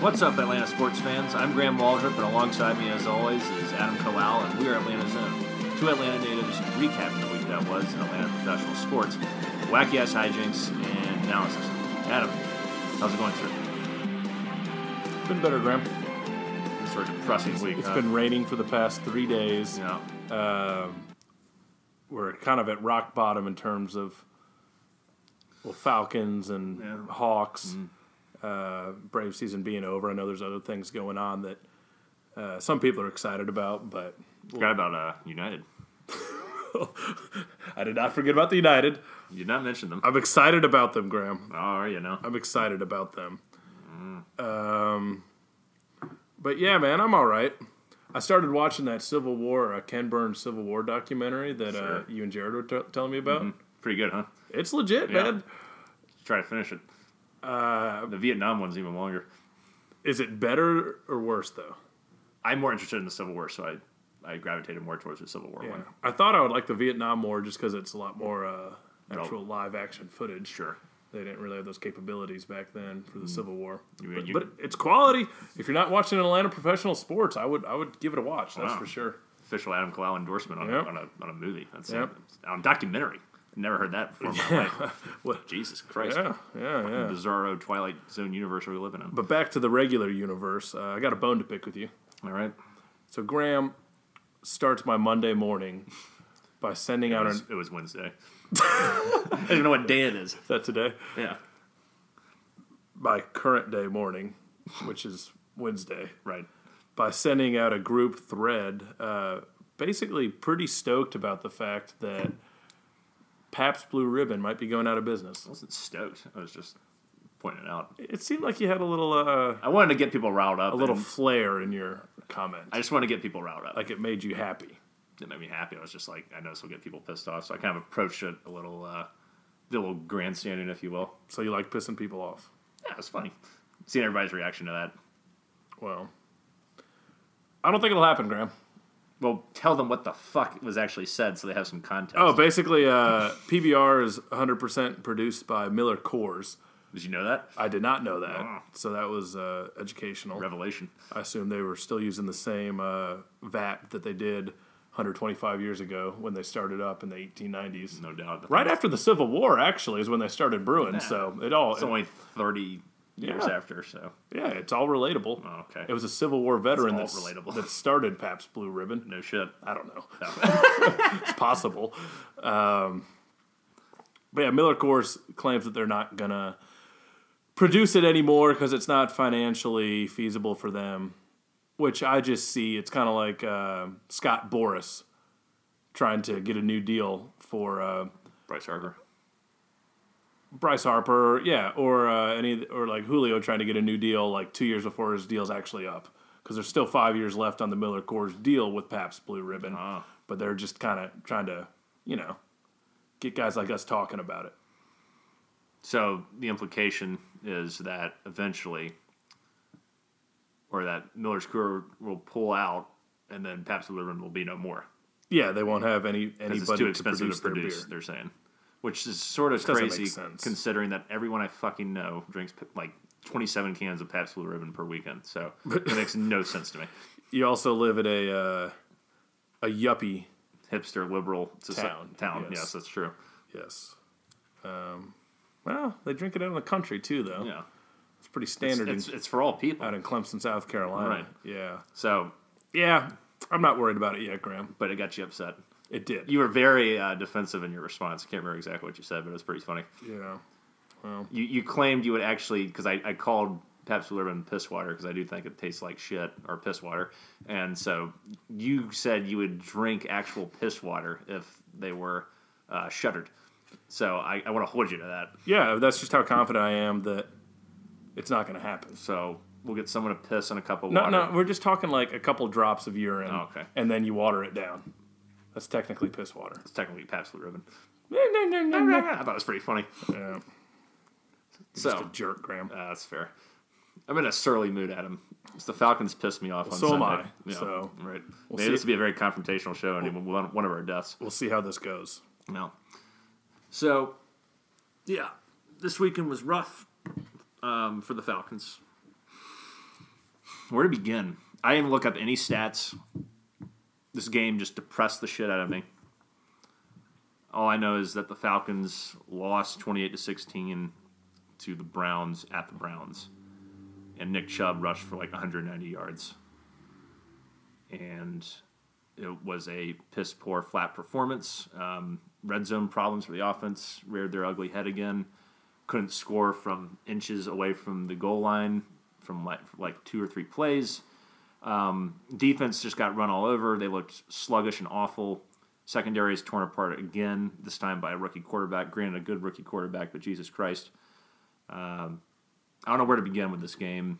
What's up, Atlanta sports fans? I'm Graham Waldrop, and alongside me, as always, is Adam Kowal, and we are Atlanta Zone. Two Atlanta natives recapping the week that was in Atlanta professional sports, wacky ass hijinks, and analysis. Adam, how's it going, sir? Been better, Graham. Uh, This sort of depressing week. It's huh? been raining for the past three days. Yeah. Um, we're kind of at rock bottom in terms of well, Falcons and Yeah. Hawks. Uh, Brave season being over. I know there's other things going on that uh, some people are excited about, but Forgot about uh, United. I did not forget about the United. You did not mention them. I'm excited about them, Graham. Oh, you know. I'm excited about them. Um, but yeah, man, I'm all right. I started watching that Civil War, uh, Ken Burns Civil War documentary that Sure. uh, you and Jared were t- telling me about. Pretty good, huh? It's legit, Yeah. man. Try to finish it. Uh, the Vietnam one's even longer. Is it better or worse though? I'm more interested in the Civil War, so I, I gravitated more towards the Civil War one. I thought I would like the Vietnam War just because it's a lot more uh, actual live action footage. Sure. Mm. They didn't really have those capabilities back then for the Civil War. You- but, you- but it's quality. If you're not watching Atlanta professional sports, I would I would give it a watch. That's Wow. for sure. official Adam Kalal endorsement on, Yep. a, on, a, on a movie. That's Yep. it. on a documentary. Never heard that before in my life. What- Jesus Christ. Yeah, yeah, yeah. Bizarro Twilight Zone universe are we living in? But back to the regular universe, uh, I got a bone to pick with you. All right. So Graham starts my Monday morning by sending It out was, an. it was Wednesday. I don't even know what day it is. Is that today? Yeah. By current day morning, which is Wednesday, Right. by sending out a group thread, uh, basically pretty stoked about the fact that Pabst Blue Ribbon might be going out of business. I wasn't stoked. I was just pointing it out. It seemed like you had a little, uh, I wanted to get people riled up. a little and flair in your comment, I just wanted to get people riled up. like it made you happy. it made me happy. I was just like, I know this will get people pissed off. So I kind of approached it a little, uh, did a little grandstanding, if you will. So you like pissing people off. Yeah, it was funny. Seeing everybody's reaction to that. Well, I don't think it'll happen, Graham. Well, tell them what the fuck was actually said so they have some context. Oh, basically, uh, PBR is 100% produced by Miller Coors. Did you know that? I did not know that, Ah. so that was uh, educational. Revelation. I assume they were still using the same uh, vat that they did 125 years ago when they started up in the 1890s. No doubt. Right after the Civil War, actually, is when they started brewing. Nah. So it all, It's only 30 years Yeah. after, so. yeah, it's all relatable. Oh, okay. It was a Civil War veteran It's that's, all relatable. that started Pabst Blue Ribbon. No shit. I don't know. No. possible. Um, but yeah, Miller Coors claims that they're not gonna produce it anymore because it's not financially feasible for them. Which I just see it's kind of like uh, Scott Boris trying to get a new deal for uh, Bryce Harper. Bryce Harper, yeah, or uh, any or like Julio trying to get a new deal like two years before his deal's actually up because there's still five years left on the Miller Coors deal with Pabst Blue Ribbon, Ah. but they're just kind of trying to you know get guys like us talking about it. So the implication is that eventually, or that Miller's crew will pull out and then Pabst Blue Ribbon will be no more. Yeah, they won't have any Because anybody it's too expensive to produce, to produce, their beer. they're saying. Which is sort of doesn't make crazy sense. considering that everyone I fucking know drinks like 27 cans of Pabst Blue Ribbon per weekend. So it makes no sense to me. You also live at a uh, a yuppie, hipster liberal soci- Town, Town, yes. yes. that's true. yes. Um, well, they drink it out in the country too, though. Yeah, Uh, It's pretty standard it's, in, it's for all people. out in Clemson, South Carolina. Right. Yeah, So, yeah. I'm not worried about it yet, Graham. but it got you upset. It did. You were very uh, defensive in your response. I can't remember exactly what you said, but it was pretty funny. yeah. You you claimed you would actually because I, I called Pepsi Urban piss water because I do think it tastes like shit or piss water, and so you said you would drink actual piss water if they were uh, shuttered. So I, I want to hold you to that. Yeah, that's just how confident I am that it's not going to happen. So we'll get someone to piss in a cup of No, water. no, we're just talking like a couple drops of urine. Oh, okay. And then you water it down. That's technically piss water. It's technically Pabst Blue Ribbon. yeah, I thought it was pretty funny. just So a jerk, Graham. Uh, that's fair. I'm in a surly mood, Adam. It's the Falcons pissed me off on so am Sunday. I, so- right. see. Maybe this will be a very confrontational show, and one, one of our deaths. We'll see how this goes. No. So, yeah, this weekend was rough um, for the Falcons. where to begin? I didn't look up any stats. This game just depressed the shit out of me. All I know is that the Falcons lost 28 to 16 to the Browns at the Browns. And Nick Chubb rushed for like 190 yards. And it was a piss poor flat performance. Um, red zone problems for the offense reared their ugly head again. Couldn't score from inches away from the goal line from like, like two or three plays. Um, defense just got run all over. They looked sluggish and awful. Secondary is torn apart again, this time by a rookie quarterback. Granted, a good rookie quarterback, but Jesus Christ. Um, I don't know where to begin with this game.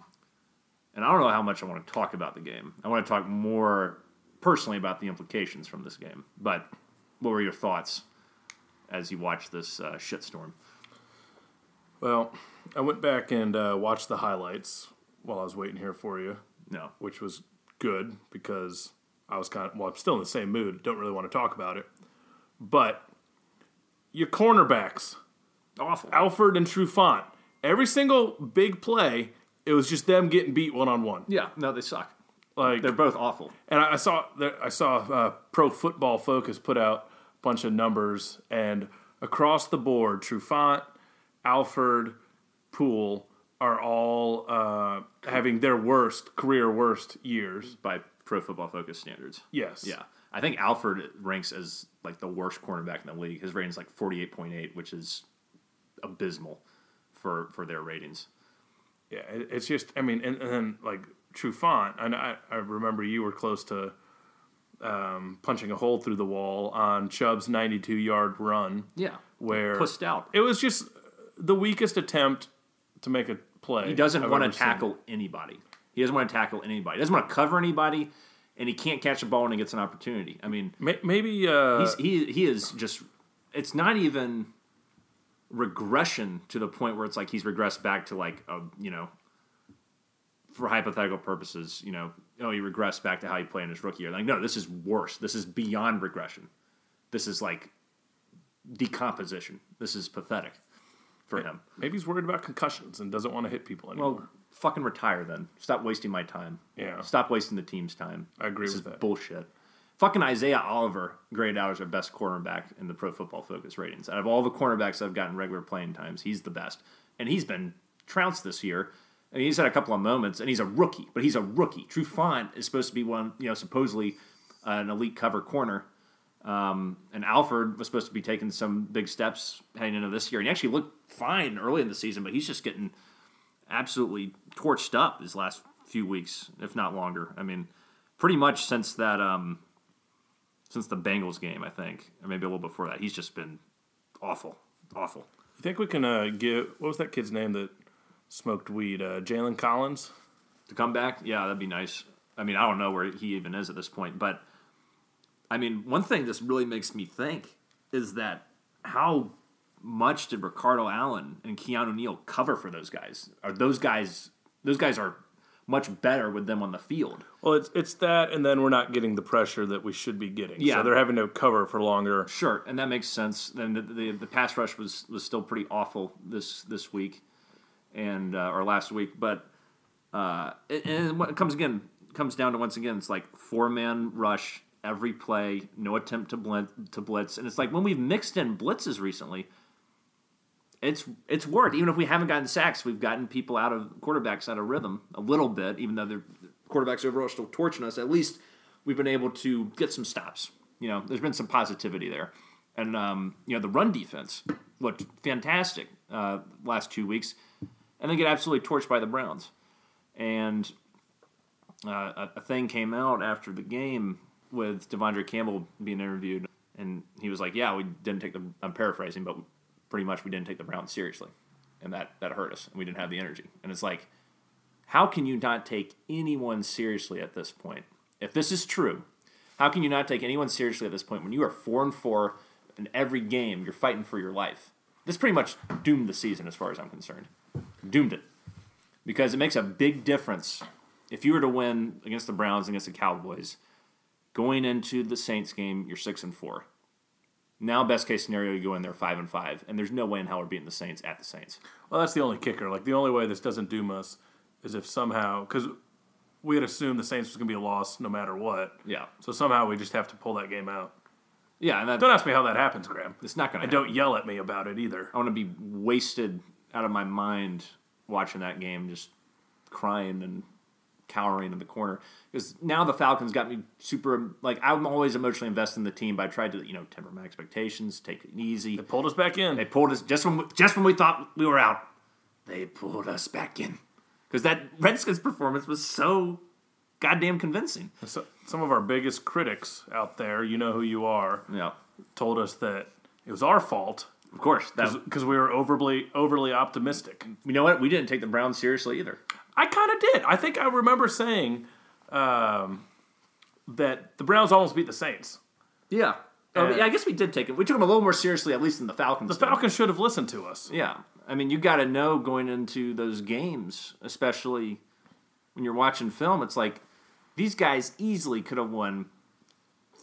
And I don't know how much I want to talk about the game. I want to talk more personally about the implications from this game. But what were your thoughts as you watched this uh, shitstorm? Well, I went back and uh, watched the highlights while I was waiting here for you, No. which was good because I was kind of well, I'm still in the same mood. Don't really want to talk about it, but your cornerbacks, Awful. Alford and Trufant, every single big play, it was just them getting beat one on one. Yeah, no, they suck. Like They're both awful. And I I saw there- I saw uh, Pro Football Focus put out a bunch of numbers, and across the board, Trufant, Alford, Poole are all uh, having their worst career worst years. by Pro Football Focus standards. Yes. Yeah, I think Alford ranks as like the worst cornerback in the league. His rating's like forty eight point eight, which is abysmal for for their ratings. Yeah. It, it's just I mean, and, and then like Trufant, and I I remember you were close to um, punching a hole through the wall on Chubb's 92 yard run. Yeah, Where pushed out. It was just the weakest attempt to make a play. He doesn't I've want ever to seen. tackle anybody. He doesn't want to tackle anybody. He doesn't want to cover anybody, and he can't catch a ball when he gets an opportunity. I mean, May- Maybe uh, he's, he he is just. It's not even regression to the point where it's like he's regressed back to like a you know. For hypothetical purposes, you know, oh, he regressed back to how he played in his rookie year. Like, no, this is worse. This is beyond regression. This is like decomposition. This is pathetic for him. maybe he's worried about concussions and doesn't want to hit people anymore. Well, fucking retire then. Stop wasting my time. Yeah. Stop wasting the team's time. I agree this with is that. Bullshit. Fucking Isaiah Oliver graded out as our best cornerback in the Pro Football Focus ratings. Out of all the cornerbacks I've gotten regular playing times, he's the best, and he's been trounced this year. And he's had a couple of moments, and he's a rookie, but he's a rookie. Trufant is supposed to be one, you know, supposedly uh, an elite cover corner. Um, and Alford was supposed to be taking some big steps heading into this year, and he actually looked fine early in the season, but he's just getting absolutely torched up his last few weeks, if not longer. I mean, pretty much since that um, since the Bengals game, I think, or maybe a little before that, he's just been awful, awful. you think we can uh, give what was that kid's name that smoked weed? Uh, Jalen Collins. To come back, yeah, that'd be nice. I mean, I don't know where he even is at this point, but I mean, one thing this really makes me think is that how much did Ricardo Allen and Keanu Neal cover for those guys? Are those guys? Those guys are much better with them on the field. Well, it's it's that, and then we're not getting the pressure that we should be getting. Yeah. So they're having to cover for longer. Sure, and that makes sense. Then the, the the pass rush was was still pretty awful this this week, and uh, or last week. But uh, it, and what comes again comes down to once again, it's like four man rush every play, no attempt to blitz, to blitz, and it's like when we've mixed in blitzes recently, it's it's worked. Even if we haven't gotten sacks, we've gotten people out of quarterbacks out of rhythm a little bit. Even though the quarterbacks overall are still torching us, at least we've been able to get some stops. You know, there's been some positivity there, and um, you know the run defense looked fantastic uh, last two weeks, and they get absolutely torched by the Browns. And uh, a, a thing came out after the game with Devondre Campbell being interviewed, and he was like, "Yeah, we didn't take the." I'm paraphrasing, but pretty much we didn't take the Browns seriously, and that that hurt us, and we didn't have the energy. And it's like, how can you not take anyone seriously at this point? If this is true, how can you not take anyone seriously at this point when you are four and four in every game? You're fighting for your life. This pretty much doomed the season, as far as I'm concerned. Doomed it because it makes a big difference if you were to win against the Browns against the Cowboys going into the Saints game you're 6 and 4 now best case scenario you go in there 5 and 5 and there's no way in hell we're beating the Saints at the Saints Well, that's the only kicker. Like the only way this doesn't doom us is if somehow because we had assumed the Saints was going to be a loss no matter what. Yeah, So somehow we just have to pull that game out. yeah, and that, Don't ask me how that happens, Graham. it's not gonna. And don't yell at me about it either. I want to be wasted out of my mind watching that game, just crying and cowering in the corner. Because now the Falcons got me super like I'm always emotionally invested in the team, but I tried to you know temper my expectations, take it easy. Pulled us back in. They pulled us just when we, just when we thought we were out. They pulled us back in because that Redskins performance was so goddamn convincing. So, some of our biggest critics out there, you know who you are, Yeah, told us that it was our fault of course. That, because we were overly overly optimistic. you know what? We didn't take the Browns seriously either. I kind of did. I think I remember saying um, that the Browns almost beat the Saints. Yeah. I, mean, Uh, I guess we did take it. We took them a little more seriously, at least than the Falcons. The Falcons should have listened to us. Yeah. I mean, you got to know going into those games, especially when you're watching film, it's like these guys easily could have won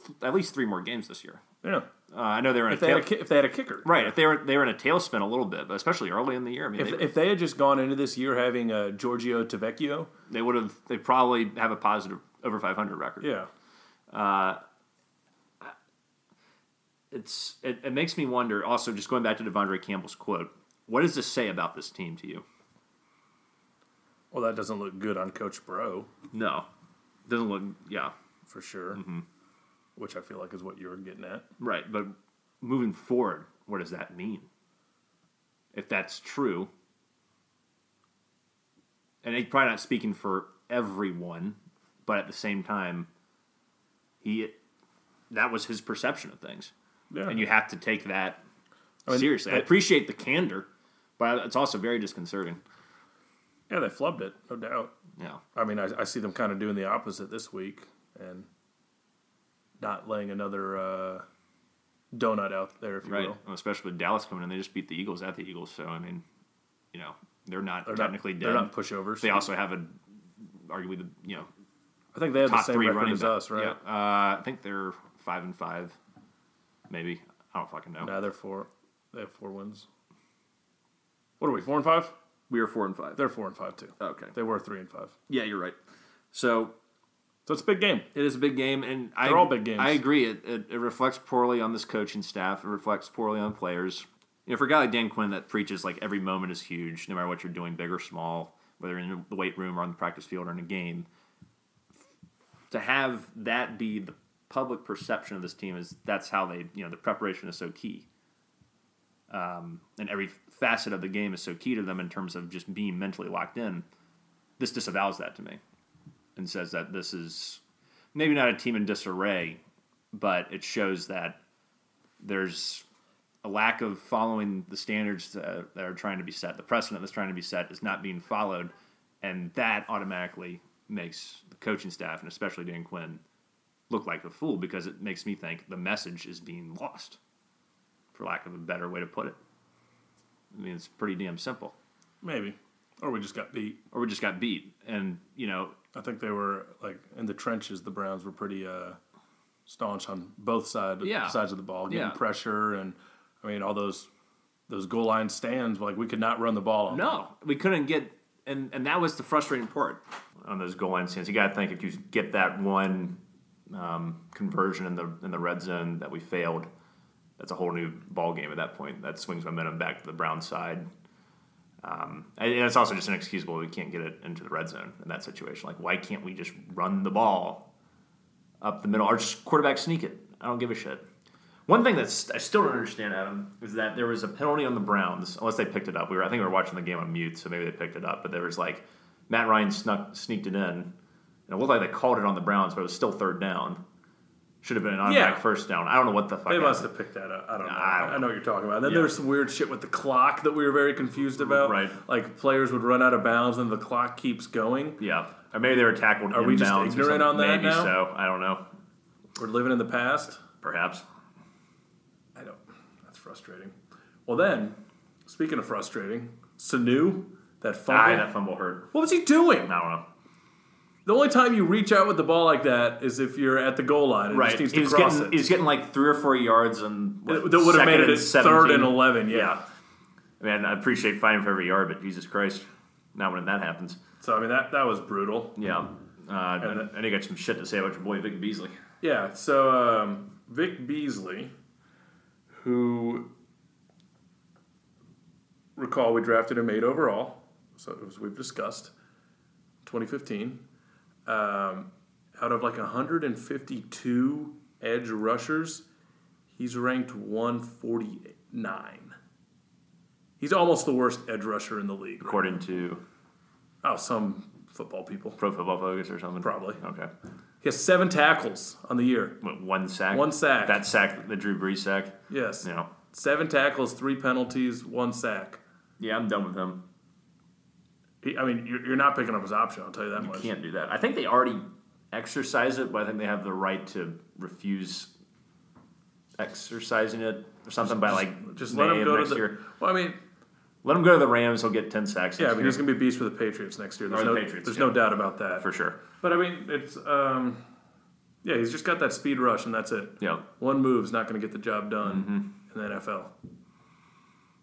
th- at least three more games this year. Yeah, Uh, I know they were in a if they, tail- had a, ki- if they had a kicker, right. If they were they were in a tailspin a little bit, but especially early in the year, I mean, If, they, if they had just gone into this year having uh, Giorgio Tavecchio, they would have they probably have a positive over 500 record. yeah, It's it, it makes me wonder. Also, just going back to Devondre Campbell's quote, what does this say about this team to you? well, that doesn't look good on Coach Bro No, doesn't look. Yeah, for sure. Mm-hmm. Which I feel like is what you were getting at. Right, but moving forward, what does that mean? If that's true, and he's probably not speaking for everyone, but at the same time, he that was his perception of things, Yeah, and you have to take that mean, seriously. I I- appreciate the candor, but it's also very disconcerting. yeah, they flubbed it, no doubt. Yeah, I mean, I, I see them kind of doing the opposite this week and not laying another uh, donut out there, if you right. will. And Especially with Dallas coming in, they just beat the Eagles at the Eagles, so I mean, you know, they're not They're not- technically dead. They're not pushovers. they also have a arguably the you know I think they have the top same three record running as back- us, right? Yeah. Uh, I think they're five and five, maybe. I don't fucking know. Now they're four. They have four wins. What are we? Four and five? We were four and five. They're four and five too. Okay. They were three and five. Yeah, you're right. So So it's a big game. it is a big game, and I, They're all big games. I agree. It, it, it reflects poorly on this coaching staff. It reflects poorly on players. You know, for a guy like Dan Quinn that preaches like every moment is huge, no matter what you're doing, big or small, whether in the weight room or on the practice field or in a game, to have that be the public perception of this team is that's how they you know the preparation is so key um, and every facet of the game is so key to them in terms of just being mentally locked in this disavows that to me and says that this is maybe not a team in disarray but it shows that there's a lack of following the standards uh, that are trying to be set the precedent that's trying to be set is not being followed and that automatically makes the coaching staff and especially dan quinn look like a fool because it makes me think the message is being lost, for lack of a better way to put it. I mean, it's pretty damn simple. Maybe. Or we just got beat. Or we just got beat, and you know, I think they were like in the trenches. The Browns were pretty uh, staunch on both side, Yeah. sides of the ball, getting Yeah. pressure, and I mean all those those goal line stands. Like we could not run the ball. on them. no, we couldn't get, and and that was the frustrating part on those goal line stands. You got to think if you get that one um, conversion in the in the red zone that we failed, that's a whole new ball game at that point. That swings momentum back to the Brown side. Um, and and it's also just inexcusable we can't get it into the red zone in that situation. Like, why can't we just run the ball up the middle or just quarterback sneak it? I don't give a shit. One thing that's I still don't understand, Adam, is that there was a penalty on the Browns. Unless they picked it up, we were I think we were watching the game on mute, so maybe they picked it up. But there was like Matt Ryan snuck sneaked it in, and it looked like they called it on the Browns, but it was still third down. Should have been an automatic Yeah. first down. I don't know what the fuck. They happened. must have picked that up. I don't know. I don't I, know what you're talking about. Then Yeah. there was some weird shit with the clock that we were very confused about. Right. Like players would run out of bounds and the clock keeps going. Yeah, or maybe they were tackled. Are we just inbounds or ignorant something. on that Maybe now? so. I don't know. We're living in the past. Perhaps. I don't. That's frustrating. Well, then, speaking of frustrating, Sanu, that Aye, fumble. Ah, that fumble hurt. what was he doing? I don't know. The only time you reach out with the ball like that is if you're at the goal line and Right, just needs he to was cross getting it. he was getting like three or four yards and It- That would have made it a third and eleven. eleven. Yeah. Yeah. I mean, I appreciate fighting for every yard, but Jesus Christ, not when that happens. So I mean that that was brutal. Yeah. Uh, and I know you got some shit to say about your boy Vic Beasley. Yeah, so um, Vic Beasley, who recall we drafted him eight overall, so as we've discussed, 2015, um, out of like 152 edge rushers, he's ranked 149. He's almost the worst edge rusher in the league. According to Oh, some football people. Pro Football Focus or something? Probably. Okay. He has seven tackles on the year. What, one sack? One sack. That sack, the Drew Brees sack. Yes. Yeah. Seven tackles, three penalties, one sack. Yeah, I'm done with him. He, I mean, you're, you're not picking up his option. I'll tell you that much. Can't do that. I think they already exercise it, but I think they have the right to refuse exercising it or something by like Just May let him of go to next the. year. Well, I mean, Let him go to the Rams. He'll get ten sacks. yeah, next I mean, year, he's going to be a beast for the Patriots next year. There's, the no, Patriots, there's yeah. no doubt about that. for sure. But I mean, it's um, yeah, he's just got that speed rush, and that's it. Yeah, One move's not going to get the job done Mm-hmm. in the NFL.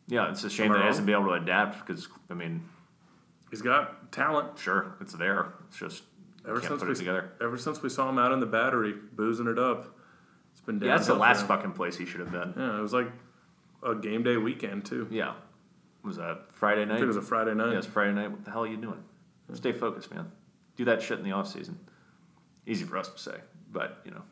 yeah. It's a shame Am I that he wrong? hasn't been able to adapt because I mean, He's got talent. sure, it's there. It's just you Ever can't since put we it together. ever since we saw him out in the battery boozing it up, it's been Yeah, that's the downhill for last him. fucking place he should have been. Yeah, it was like a game day weekend too. Yeah, was that Friday night? I think it was a Friday night. Yeah, it's Friday night. What the hell are you doing? Stay focused, man. Do that shit in the off season. Easy for us to say, but you know.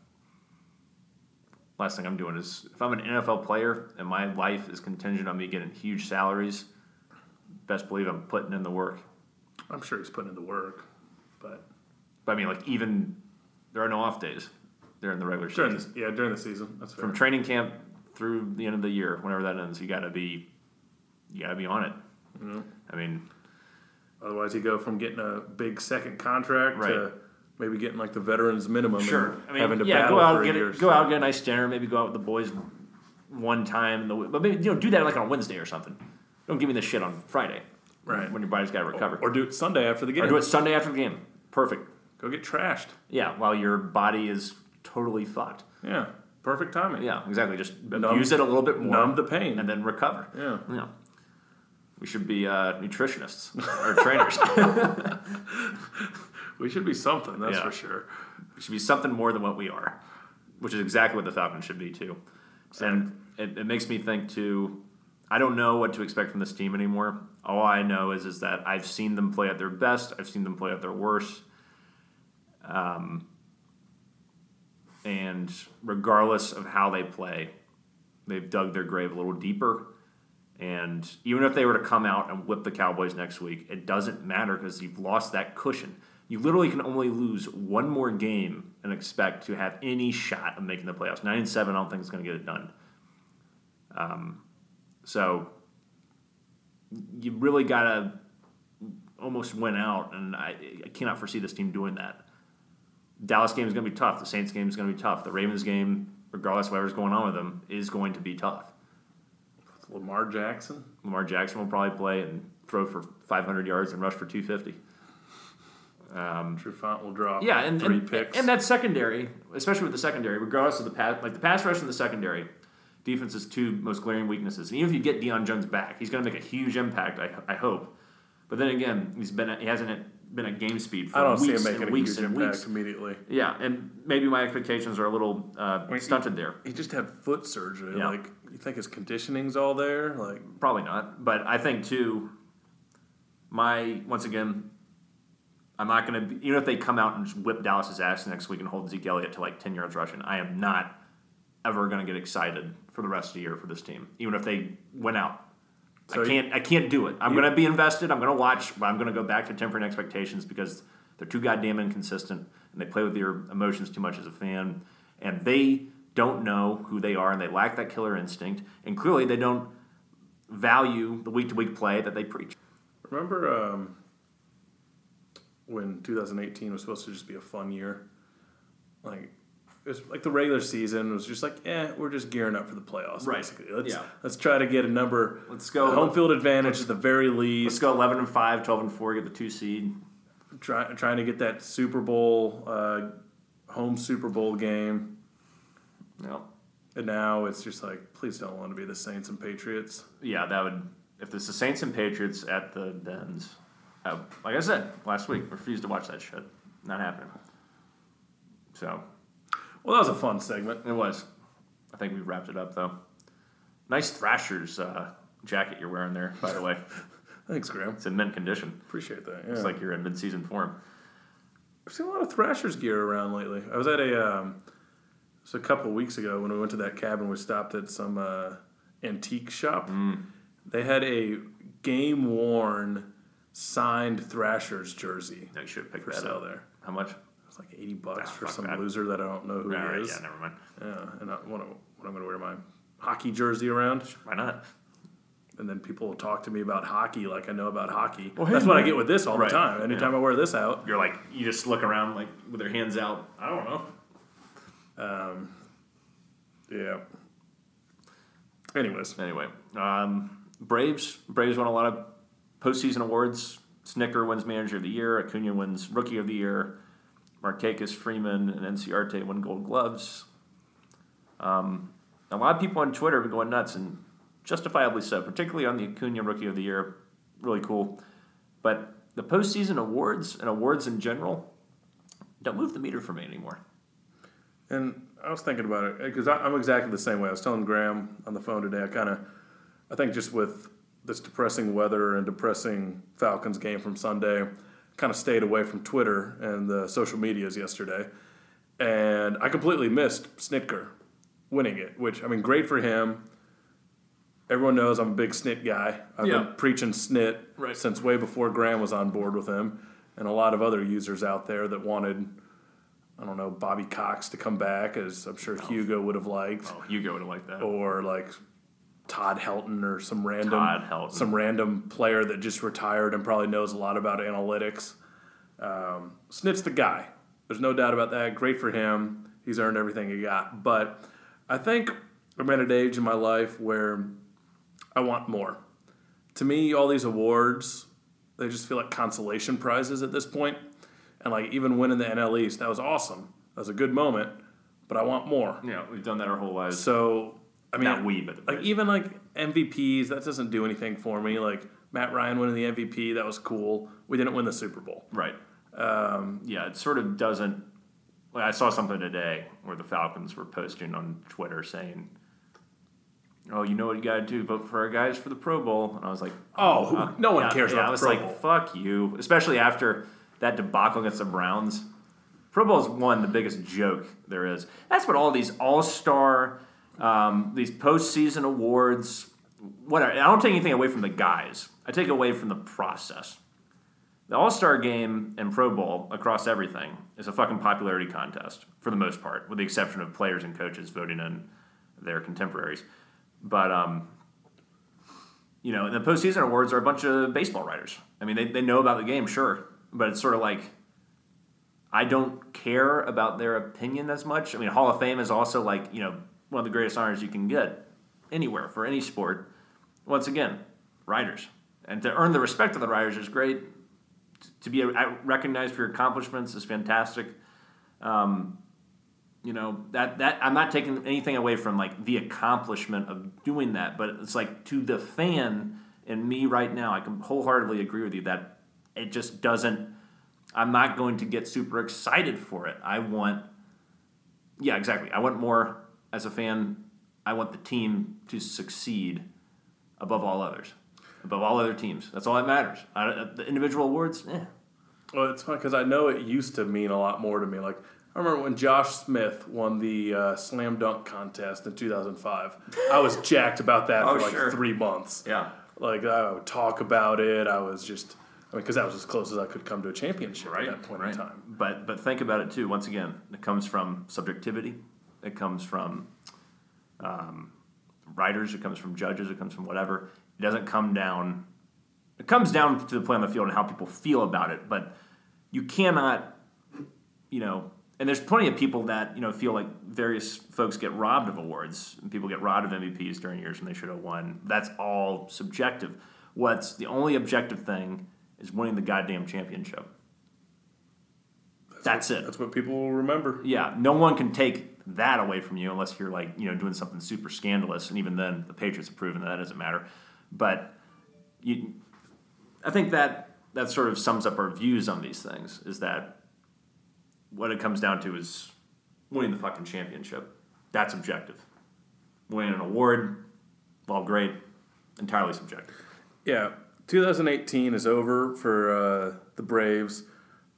Last thing I'm doing is if I'm an NFL player and my life is contingent on me getting huge salaries, best believe I'm putting in the work. I'm sure he's putting in the work, but But I mean, like even there are no off days during the regular during season. this, yeah, during the season, that's fair. From training camp through the end of the year, whenever that ends, you gotta be, you gotta be on it. Mm-hmm. I mean, Otherwise, you go from getting a big second contract Right. to maybe getting like the veterans minimum. Sure. and I mean, having to yeah, battle go out, for get a year. a, go out, get a nice dinner. Maybe go out with the boys one time. In the, w- but maybe you know, do that like on a Wednesday or something. Don't give me this shit on Friday, Right. When your body's got to recover, or, or do it Sunday after the game. do it Sunday after the game. Perfect. Go get trashed. Yeah, while your body is totally fucked. Yeah, perfect timing. Yeah, exactly. Just use it a little bit more, numb the pain. and then recover. Yeah. yeah. We should be uh, nutritionists or trainers. We should be something, that's Yeah. for sure. It should be something more than what we are, which is exactly what the Falcons should be too. And it, it makes me think too. I don't know what to expect from this team anymore. All I know is is that I've seen them play at their best. I've seen them play at their worst. Um, and regardless of how they play, they've dug their grave a little deeper. And even if they were to come out and whip the Cowboys next week, it doesn't matter because you've lost that cushion. You literally can only lose one more game and expect to have any shot of making the playoffs. Nine and seven, I don't think is going to get it done. Um, so you really got to almost win out, and I, I cannot foresee this team doing that. Dallas game is going to be tough. The Saints game is going to be tough. The Ravens game, regardless of whatever's going on with them, is going to be tough. Lamar Jackson. Lamar Jackson will probably play and throw for 500 yards and rush for 250. Trufant will drop Yeah, and three and, picks. and that secondary, especially with the secondary, regardless of the pass, like the pass rush and the secondary, defense is two most glaring weaknesses. And even if you get Deion Jones back, he's going to make a huge impact. I, I hope. But then again, he's been he hasn't been at game speed for I don't see weeks him making and a weeks huge and impact weeks. immediately. Yeah, and maybe my expectations are a little uh, Wait, stunted there. He just had foot surgery. Yeah. Like you think his conditioning's all there? Like Probably not. But I think too. My once again, I'm not going to. Even if they come out and just whip Dallas's ass next week and hold Zeke Elliott to like ten yards rushing, I am not ever going to get excited for the rest of the year for this team. Even if they win out, So I you- can't. I can't do it. I'm going to be invested. I'm going to watch, but I'm going to go back to tempering expectations because they're too goddamn inconsistent and they play with your emotions too much as a fan, and they don't know who they are and they lack that killer instinct, and clearly they don't value the week to week play that they preach. remember um, when 2018 was supposed to just be a fun year? Like it was like the regular season was just like, eh, we're just gearing up for the playoffs. Right. Basically, let's Yeah. let's try to get a number. Let's go- home field advantage at the very Let's least. go 11 and 5, 12 and 4, get the two seed. Try, trying to get that Super Bowl uh, home Super Bowl game. No. And now it's just like, please don't want to be the Saints and Patriots. Yeah, that would. If it's the Uh, Saints and Patriots at the Dens, I, like I said last week, refuse to watch that shit. Not happening. So Well, that was a fun segment. it was. I think we wrapped it up though. Nice Thrashers uh, jacket you're wearing there, by the way. Thanks, Graham. It's in mint condition. Appreciate that. It's yeah. like you're in mid-season form. I've seen a lot of Thrasher's gear around lately. I was at a um, it was a couple weeks ago when we went to that cabin. We stopped at some uh, antique shop. Mm. They had a game worn signed Thrasher's jersey No, you should pick for that sale up. there. How much? It was like eighty bucks Ah, for fuck some that. loser that I don't know who All he right, is. yeah, never mind. Yeah, and I want to. What I'm going to wear my hockey jersey around, Why not? and then people will talk to me about hockey like I know about hockey. hey, That's what I man. get with this all Right, the time. Anytime I wear this out, You're like you just look around like with their hands out. I don't know. Um, yeah. Anyways, Anyway, um, Braves. Braves won a lot of postseason awards. Snicker wins Manager of the Year. Acuna wins Rookie of the Year. Marquez, Freeman, and Enciarte win Gold Gloves. Um, a lot of people on Twitter have been going nuts, and justifiably so, particularly on the Acuna Rookie of the Year. Really cool. But the postseason awards and awards in general don't move the meter for me anymore. and I was thinking about it because I'm exactly the same way. I was telling Graham on the phone today. I kind of, I think just with this depressing weather and depressing Falcons game from Sunday, kind of stayed away from Twitter and the social medias yesterday, and I completely missed Snitker winning it. Which I mean, great for him. Everyone knows I'm a big snit guy. I've Yeah. been preaching snit Right. since way before Graham was on board with him, and a lot of other users out there that wanted, I don't know, Bobby Cox to come back, as I'm sure Hugo would have liked, Oh, you go to like that. or like Todd Helton or some random Todd Helton. some random player that just retired and probably knows a lot about analytics. Um, Snit's the guy. There's no doubt about that. Great for him. He's earned everything he got. But I think I'm at an age in my life where I want more. To me, all these awards, they just feel like consolation prizes at this point. And like even winning the NL East, that was awesome. That was a good moment. But I want more. Yeah, we've done that our whole lives. So I mean, Not we, but the like even like MVPs, that doesn't do anything for me. Like Matt Ryan winning the MVP, that was cool. We didn't win the Super Bowl. Right. Um, yeah, it sort of doesn't. Like I saw something today where the Falcons were posting on Twitter saying, "Oh, you know what you got to do? Vote for our guys for the Pro Bowl." And I was like, Oh, who- no one yeah, cares yeah, about I the was Pro like, Bowl. "Fuck you!" Especially after that debacle against the Browns. Pro Bowl is one the biggest joke there is. That's what all these All Star, um, these postseason awards, whatever. I don't take anything away from the guys. I take away from the process. The All Star game and Pro Bowl across everything is a fucking popularity contest for the most part, with the exception of players and coaches voting in their contemporaries. But, um, you know, the postseason awards are a bunch of baseball writers. I mean, they, they know about the game, sure, but it's sort of like I don't care about their opinion as much. I mean, Hall of Fame is also like, you know, one of the greatest honors you can get anywhere for any sport. Once again, writers. And to earn the respect of the writers is great. T- To be uh, recognized for your accomplishments is fantastic. Um, you know that that I'm not taking anything away from like the accomplishment of doing that, but it's like to the fan and me right now, I can wholeheartedly agree with you that it just doesn't. I'm not going to get super excited for it. I want, yeah, exactly. I want more as a fan. I want the team to succeed above all others, above all other teams. That's all that matters. I, uh, the individual awards, eh. Well, it's funny because I know it used to mean a lot more to me. Like I remember when Josh Smith won the uh, slam dunk contest in 2005. I was jacked about that Oh, for like sure. three months. yeah, Like I would talk about it. I was just, I mean, because that was as close as I could come to a championship right. at that point right. in time. But but think about it too. Once again, it comes from subjectivity. It comes from um, writers. It comes from judges. It comes from whatever. It doesn't come down it comes down to the play on the field and how people feel about it. But you cannot, you know, and there's plenty of people that you know feel like various folks get robbed of awards. And people get robbed of MVPs during years when they should have won. That's all subjective. What's the only objective thing is winning the goddamn championship. That's it. That's what people will remember. Yeah, no one can take that away from you unless you're like you know doing something super scandalous, and even then, the Patriots have proven that, that doesn't matter. But you, I think that that sort of sums up our views on these things. Is that what it comes down to is winning the fucking championship. That's objective. Winning an award, while great, entirely subjective. Yeah, 2018 is over for uh, the Braves.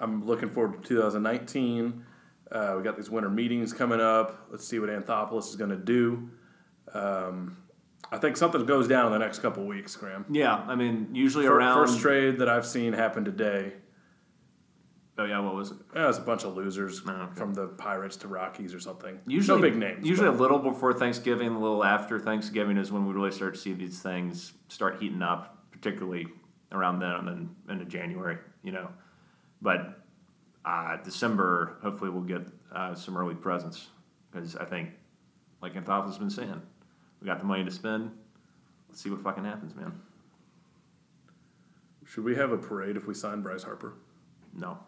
I'm looking forward to 2019. Uh, we got these winter meetings coming up. Let's see what Anthopoulos is going to do. Um, I think something goes down in the next couple weeks, Graham. Yeah, I mean, usually Fir- around. First trade that I've seen happen today. oh yeah, what was it? Yeah, it's a bunch of losers Oh, okay. from the Pirates to Rockies or something. Usually no big names. Usually a little before Thanksgiving, a little after Thanksgiving is when we really start to see these things start heating up, particularly around then and then into January. You know, but uh, December hopefully we'll get uh, some early presents because I think, like Anthopoulos has been saying, we got the money to spend. Let's see what fucking happens, man. Should we have a parade if we sign Bryce Harper? No,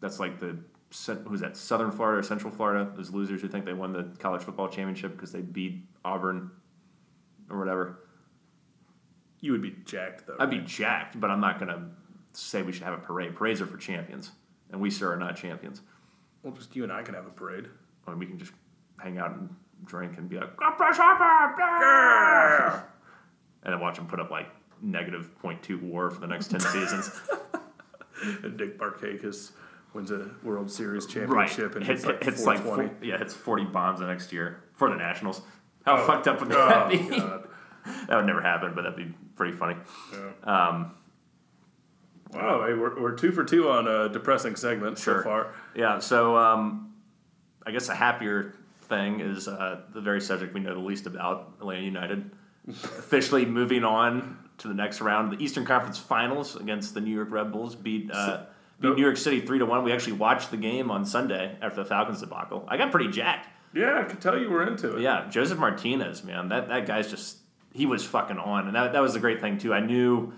that's like the cen- who's that? Southern Florida or Central Florida? Those losers who think they won the college football championship because they beat Auburn or whatever. You would be jacked though. I'd be jacked, but I'm not gonna say we should have a parade. Parades are for champions, and we sir are not champions. well, just you and I can have a parade. I mean, we can just hang out and drink and be like, "Go Bryce Harper!" yeah!" and then watch them put up like negative 0.2 WAR for the next ten seasons. and Dick Barkakis wins a World Series right? championship, and Hits- it's like hits like 420. four- yeah, it's 40 bombs the next year for the Nationals. How Oh, fucked up would that be? oh, God. That would never happen, but that'd be pretty funny. Yeah. Um, wow, hey, we're, we're two for two on a depressing segment so Sure. far. Yeah, so um, I guess a happier thing is uh, the very subject we know the least about, Atlanta United, officially moving on to the next round. The Eastern Conference Finals against the New York Red Bulls beat. Uh, oh. Beat New York City three to one. We actually watched the game on Sunday after the Falcons debacle. I got pretty jacked. Yeah, I can tell you were into it. Yeah, Joseph Martinez, man, that that guy's just he was fucking on, and that, that was the great thing too. I knew,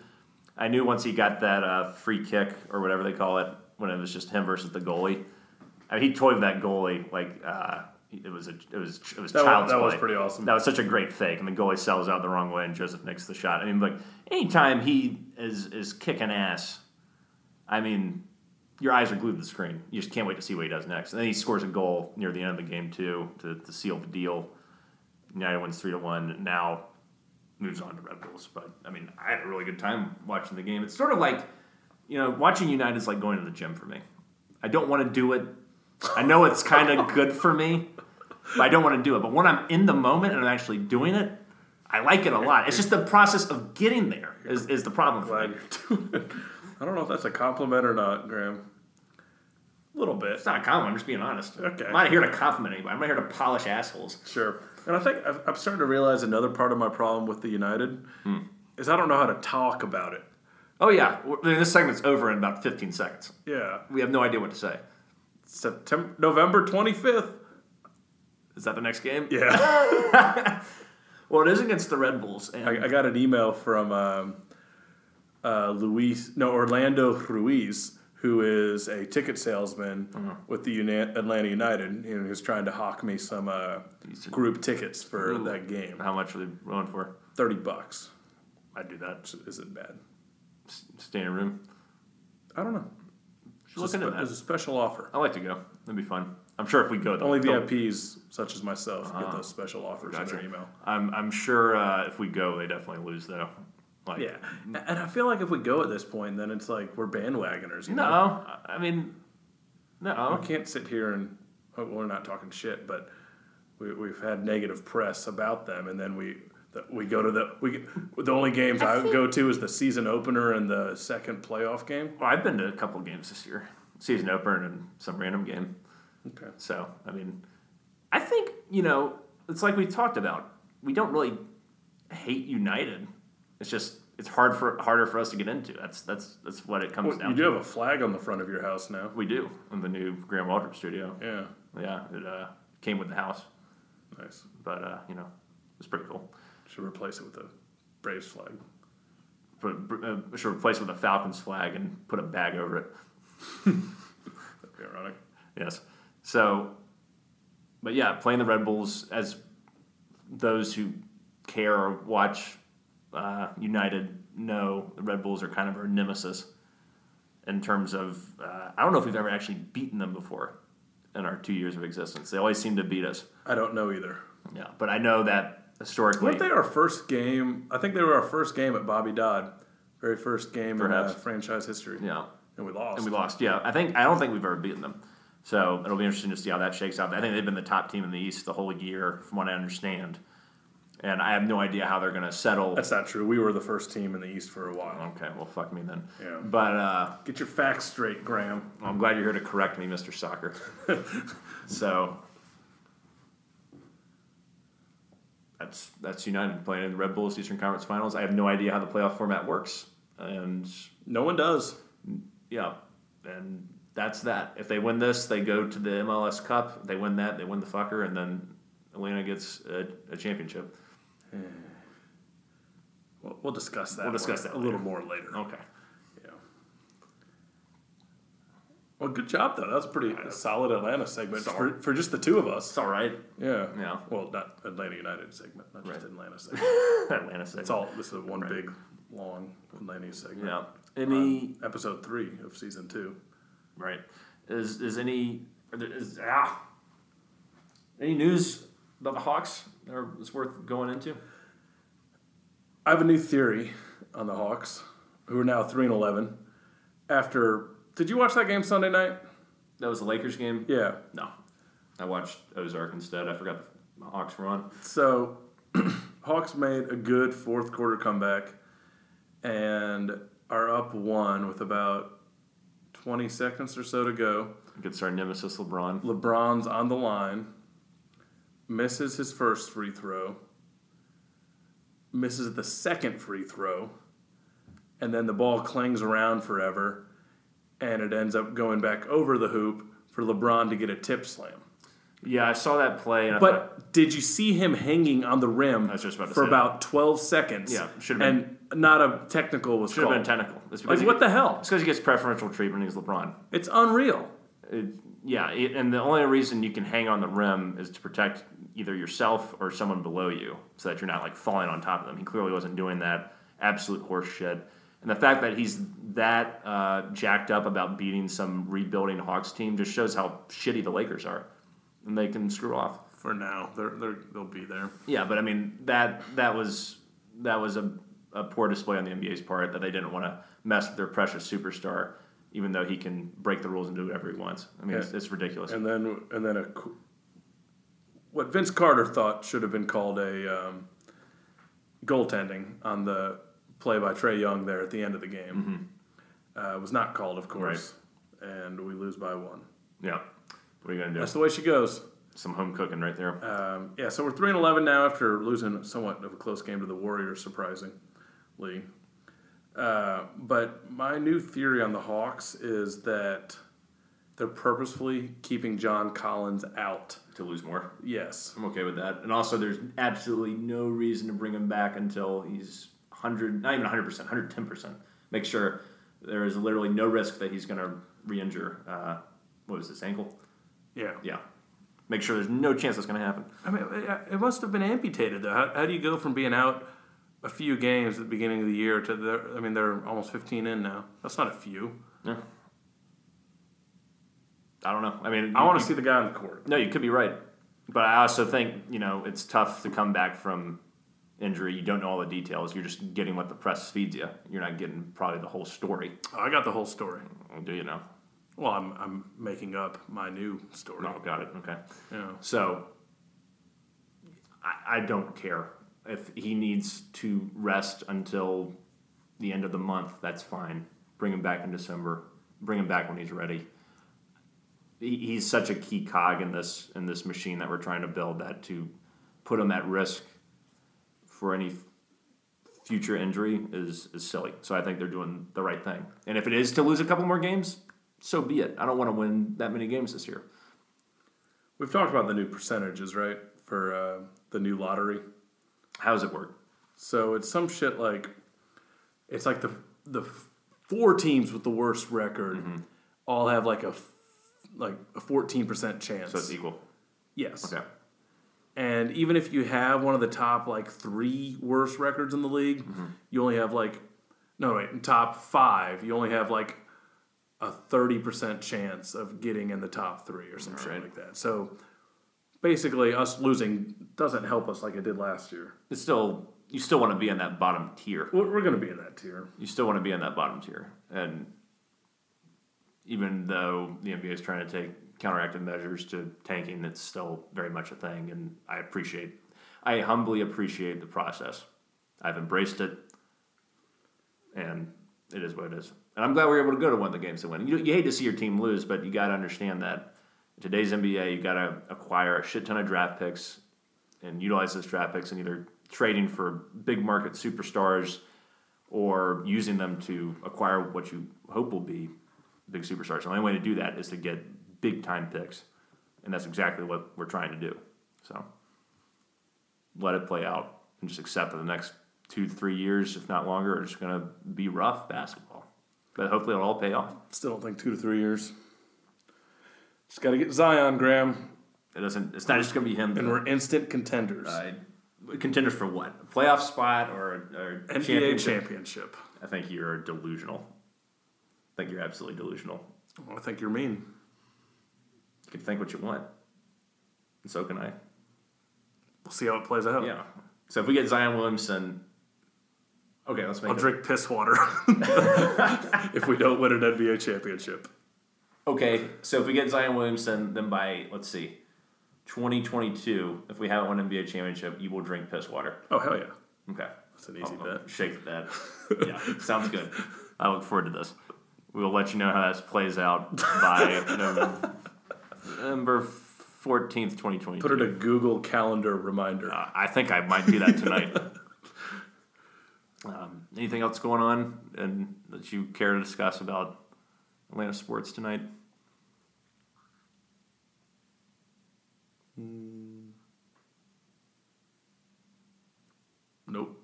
I knew once he got that uh, free kick or whatever they call it when it was just him versus the goalie. I mean, he toyed with that goalie like uh, it was a, it was it was That was- child's that was play. pretty awesome. That was such a great fake, and the goalie sells out the wrong way, and Joseph nicks the shot. I mean, like anytime he is is kicking ass, I mean, your eyes are glued to the screen. You just can't wait to see what he does next. And then he scores a goal near the end of the game too to, to seal the deal. United wins three to one. Now moves on to Red Bulls. But I mean, I had a really good time watching the game. It's sort of like you know, watching United is like going to the gym for me. I don't want to do it. I know it's kind of good for me, but I don't want to do it. But when I'm in the moment and I'm actually doing it, I like it a lot. It's just the process of getting there is, is the problem for Glad me. you're doing it. I don't know if that's a compliment or not, Graham. A little bit. It's not a compliment. I'm just being honest. Okay. I'm not here to compliment anybody. I'm not here to polish assholes. Sure. And I think I've- I'm starting to realize another part of my problem with the United Hmm. is I don't know how to talk about it. Oh yeah, We're- this segment's over in about 15 seconds. Yeah. We have no idea what to say. September, November 25th. Is that the next game? Yeah. Well, it is against the Red Bulls. And I, I got an email from um, uh, Luis, no Orlando Ruiz, who is a ticket salesman Uh-huh. with the Uni- Atlanta United, and he was trying to hawk me some uh, group tickets for that game. how much are they going for? Thirty bucks I'd do that. isn't bad. S- Stay in a room. I don't know. Should look It's a, into spe- that. it's a special offer. I like to go. That'd be fun. I'm sure if we go, though, Only they'll- VIPs, such as myself, get those special offers in Uh-huh. Gotcha. their email. I'm I'm sure uh, if we go, they definitely lose though. Like, Yeah, and and I feel like if we go at this point, then it's like we're bandwagoners. You No, know? I- I mean, I no. can't sit here and oh, we're not talking shit, but we, we've had negative press about them, and then we the, we go to the we the only games I, go to is the season opener and the second playoff game. Well, I've been to a couple games this year, season opener and some random game. Okay, So I mean, I think you know it's like we talked about. We don't really hate United. It's just it's hard for harder for us to get into. That's that's that's what it comes well, down you to. do have a flag on the front of your house now. We do in the new Graham Waldrop studio. Yeah, Yeah, it uh, came with the house, nice. but uh, you know it's pretty cool. Should replace it with a Braves flag. put, uh, we should replace it with a Falcons flag and put a bag over it. That'd be ironic. Yes. So, but yeah, playing the Red Bulls as those who care or watch uh, United know the Red Bulls are kind of our nemesis in terms of uh, I don't know if we've ever actually beaten them before. in our two years of existence. They always seem to beat us. I don't know either. Yeah, but I know that historically. Weren't they our first game? I think they were our first game at Bobby Dodd, very first game Perhaps. in uh, franchise history. Yeah, and we lost. and we lost. Yeah, I think I don't think we've ever beaten them. So it'll be interesting to see how that shakes out. I think they've been the top team in the East the whole year, from what I understand. And I have no idea how they're going to settle. That's not true. We were the first team in the East for a while. okay, well, fuck me then. Yeah. But uh, Get your facts straight, Graham. I'm glad you're here to correct me, Mr. Soccer. so that's that's United playing in the Red Bulls Eastern Conference Finals. I have no idea how the playoff format works, and No one does. yeah, and that's that. If they win this, they go to the MLS Cup. If they win that, they win the fucker, and then Atlanta gets a, a championship. We'll, we'll discuss that. We'll discuss more- that a little more later. Oh. Okay, Yeah. Well, good job though. That was a pretty solid Atlanta segment for, Solid. for just the two of us. it's all right. Yeah. Yeah. Well, not Atlanta United segment, not just Right. Atlanta segment. Atlanta said It's all this is one big long Atlanta segment. Yeah. Any On episode three of season two. Right. Is is any are there- is ah any news about the Hawks that are- is worth going into? I have a new theory on the Hawks, who are now three and eleven. After did you watch that game Sunday night? That was the Lakers game. Yeah. No, I watched Ozark instead. I forgot the Hawks were on. So Hawks made a good fourth quarter comeback and are up one with about twenty seconds or so to go. Against our nemesis LeBron. LeBron's on the line, misses his first free throw, misses the second free throw, and then the ball clings around forever, and it ends up going back over the hoop for LeBron to get a tip slam. Yeah, I saw that play. And I thought, But did you see him hanging on the rim I was just about to for say about 12 seconds? Yeah, should've And not a technical was should have been called. technical. It's because like, he, what the hell? It's because he gets preferential treatment. He's LeBron. It's unreal. It, yeah, it, and the only reason you can hang on the rim is to protect either yourself or someone below you, so that you're not like falling on top of them. He clearly wasn't doing that. Absolute horse shit. And the fact that he's that uh, jacked up about beating some rebuilding Hawks team just shows how shitty the Lakers are, and they can screw off. For now, they're, they're, they'll be there. Yeah, but I mean that that was that was a, a poor display on the NBA's part that they didn't want to mess with their precious superstar, even though he can break the rules and do whatever he wants. I mean, it's, it's ridiculous. and then and then a qu- what Vince Carter thought should have been called a um, goaltending on the play by Trey Young there at the end of the game Mm-hmm. uh, was not called, of course, and we lose by one. Yeah. What are you gonna That's do? the way she goes. Some home cooking right there. Um, yeah, so we're three and eleven now after losing somewhat of a close game to the Warriors, surprisingly. Uh, but my new theory on the Hawks is that they're purposefully keeping John Collins out. to lose more, Yes. I'm okay with that. And also, there's absolutely no reason to bring him back until he's 100, not even 100 percent, 110 percent. Make sure there is literally no risk that he's gonna re-injure. Uh, what was this ankle? Yeah. Yeah. Make sure there's no chance that's gonna happen. I mean, it- it must have been amputated, though. How, how do you go from being out a few games at the beginning of the year to the, I mean, they're almost 15 in now. That's not a few. Yeah. I don't know. I mean, I want to see the guy on the court. No, you could be right, but I also think you know it's tough to come back from injury. You don't know all the details. You're just getting what the press feeds you. You're not getting probably the whole story. I got the whole story. Well, do you know? Well, I'm, I'm making up my new story. No, Oh, got it. Okay. Yeah. So I, I don't care if he needs to rest until the end of the month. That's fine. Bring him back in December. Bring him back when he's ready. He, he's such a key cog in this in this machine that we're trying to build. That to put him at risk for any f- future injury is is silly. So I think they're doing the right thing. And if it is to lose a couple more games, so be it. I don't want to win that many games this year. We've talked about the new percentages, right? For uh, the new lottery. How does it work? So it's some shit like it's like the the four teams with the worst record Mm-hmm. all have like a f- like a 14% chance. So it's equal. yes. Okay. And even if you have one of the top like three worst records Mm-hmm. in the league, you only have like no wait, top five, you only have like a 30% chance of getting in the top three or some shit like that. So basically, us losing doesn't help us like it did last year. It's still you still want to be in that bottom tier. We're, we're going to be in that tier. You still want to be in that bottom tier, and even though the NBA is trying to take counteractive measures to tanking, it's still very much a thing. And I appreciate, I humbly appreciate the process. I've embraced it, and it is what it is. And I'm glad we were able to go to one of the games to win. You, you hate to see your team lose, but you got to understand that in today's NBA, you got to acquire a shit ton of draft picks and utilize those draft picks and either trading for big market superstars or using them to acquire what you hope will be big superstars. The only way to do that is to get big time picks, and that's exactly what we're trying to do. So let it play out and just accept that the next two, three years, if not longer, are just going to be rough basketball. But hopefully it'll all pay off. Still don't think two to three years. Just got to get Zion, Graham, It doesn't. It's not just going to be him. and we're instant contenders. uh, contenders for what? A playoff spot or, or NBA championship? championship. I think you're delusional. I think you're absolutely delusional. Well, I think you're mean. You can think what you want, and so can I. We'll see how it plays out. Yeah. So if we get Zion Williamson, okay, let's make. I'll it- drink piss water if we don't win an NBA championship. Okay, so if we get Zion Williamson, then by let's see, twenty twenty two, if we haven't won an NBA championship, you will drink piss water. Oh hell yeah, Okay, that's an easy I'll- I'll bet. Shake that. yeah, sounds good. I look forward to this. We will let you know how this plays out by November fourteenth, twenty twenty Put two. it a Google Calendar reminder. Uh, I think I might do that tonight. um, anything else going on and that you care to discuss about Atlanta sports tonight? Nope.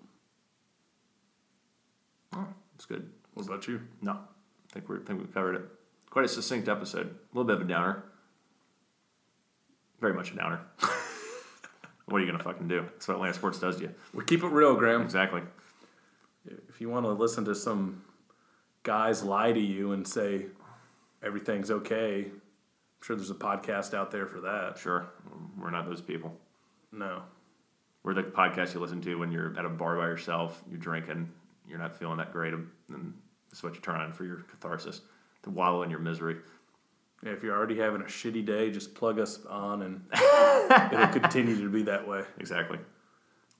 Oh, that's good. What about you? No, I think we think we covered it. Quite a succinct episode. A little bit of a downer. Very much a downer. what are you gonna fucking do? That's what Atlanta sports does to you. We keep it real, Graham. Exactly. If you want to listen to some guys lie to you and say everything's okay, I'm sure there's a podcast out there for that. Sure, we're not those people. No. We're the podcast you listen to when you're at a bar by yourself, you're drinking, you're not feeling that great, and this is what you turn on for your catharsis to wallow in your misery. Yeah, If you're already having a shitty day, just plug us on and it'll continue to be that way. Exactly.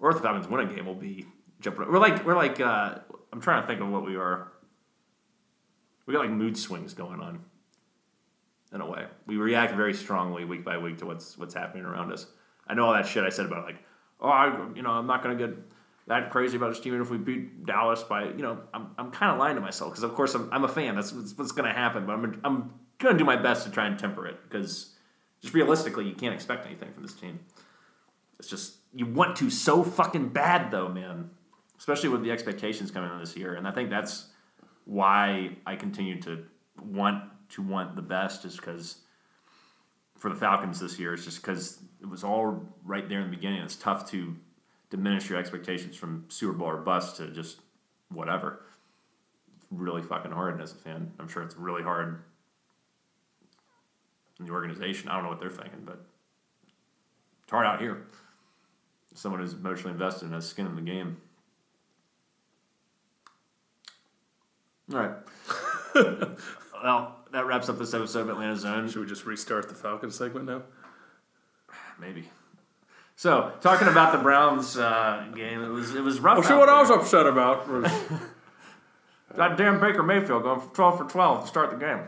Or if the Falcons win a game, we'll be jumping. We're like we're like uh, I'm trying to think of what we are. We got like mood swings going on. In a way, we react very strongly week by week to what's what's happening around us. I know all that shit I said about like, oh, I, you know, I'm not gonna get that crazy about this team even if we beat Dallas by, you know, I'm, I'm kind of lying to myself because of course I'm, I'm a fan. That's what's, what's gonna happen, but I'm I'm gonna do my best to try and temper it because just realistically, you can't expect anything from this team. It's just you want to so fucking bad though, man. Especially with the expectations coming on this year, and I think that's why I continue to want to want the best is because for the Falcons this year, it's just because it was all right there in the beginning. It's tough to diminish your expectations from Super Bowl or bust to just whatever. It's really fucking hard as a fan. I'm sure it's really hard in the organization. I don't know what they're thinking, but it's hard out here. Someone who's emotionally invested and has skin in the game. All right. well, that wraps up this episode of Atlanta Zone. Should we just restart the Falcon segment now? Maybe. So talking about the Browns uh, game, it was it was rough. Well, see out Oh, what there. I was upset about was Goddamn Baker Mayfield going for twelve for twelve to start the game.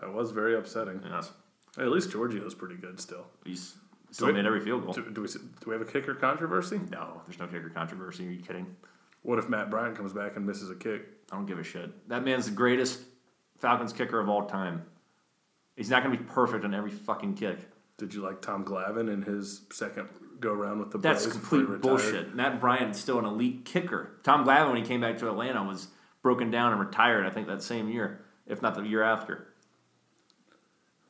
that was very upsetting. Yes, At least Giorgio's pretty good still. he's still we- made every field goal. Do, do we do we have a kicker controversy? no, there's no kicker controversy. Are you kidding? What if Matt Bryant comes back and misses a kick? I don't give a shit. That man's the greatest Falcons kicker of all time. He's not going to be perfect on every fucking kick. Did you like Tom Glavine in his second go round with the That's Braves before he complete retired? bullshit. Matt Bryant's still an elite kicker. Tom Glavine, when he came back to Atlanta, was broken down and retired. I think that same year, if not the year after.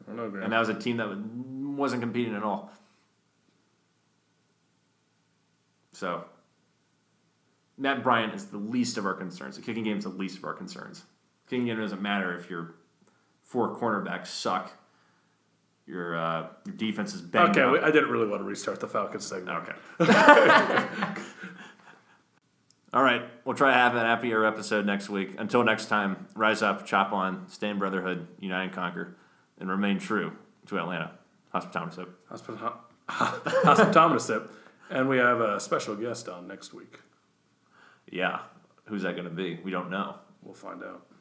I don't know, Graham. And that was a team that wasn't competing at all. So, Matt Bryant is the least of our concerns. The kicking game is the least of our concerns. Kicking game doesn't matter if you're four cornerbacks suck. Your uh, your defense is banged Okay, up. we, I didn't really want to restart the Falcons segment. uh, Okay. All right. We'll try to have an happier episode next week. Until next time, rise up, chop on, stay in brotherhood, unite and conquer, and remain true to Atlanta. Hospitality soap. Hospital- Hospitometer And we have a special guest on next week. Yeah. Who's that going to be? We don't know. We'll find out.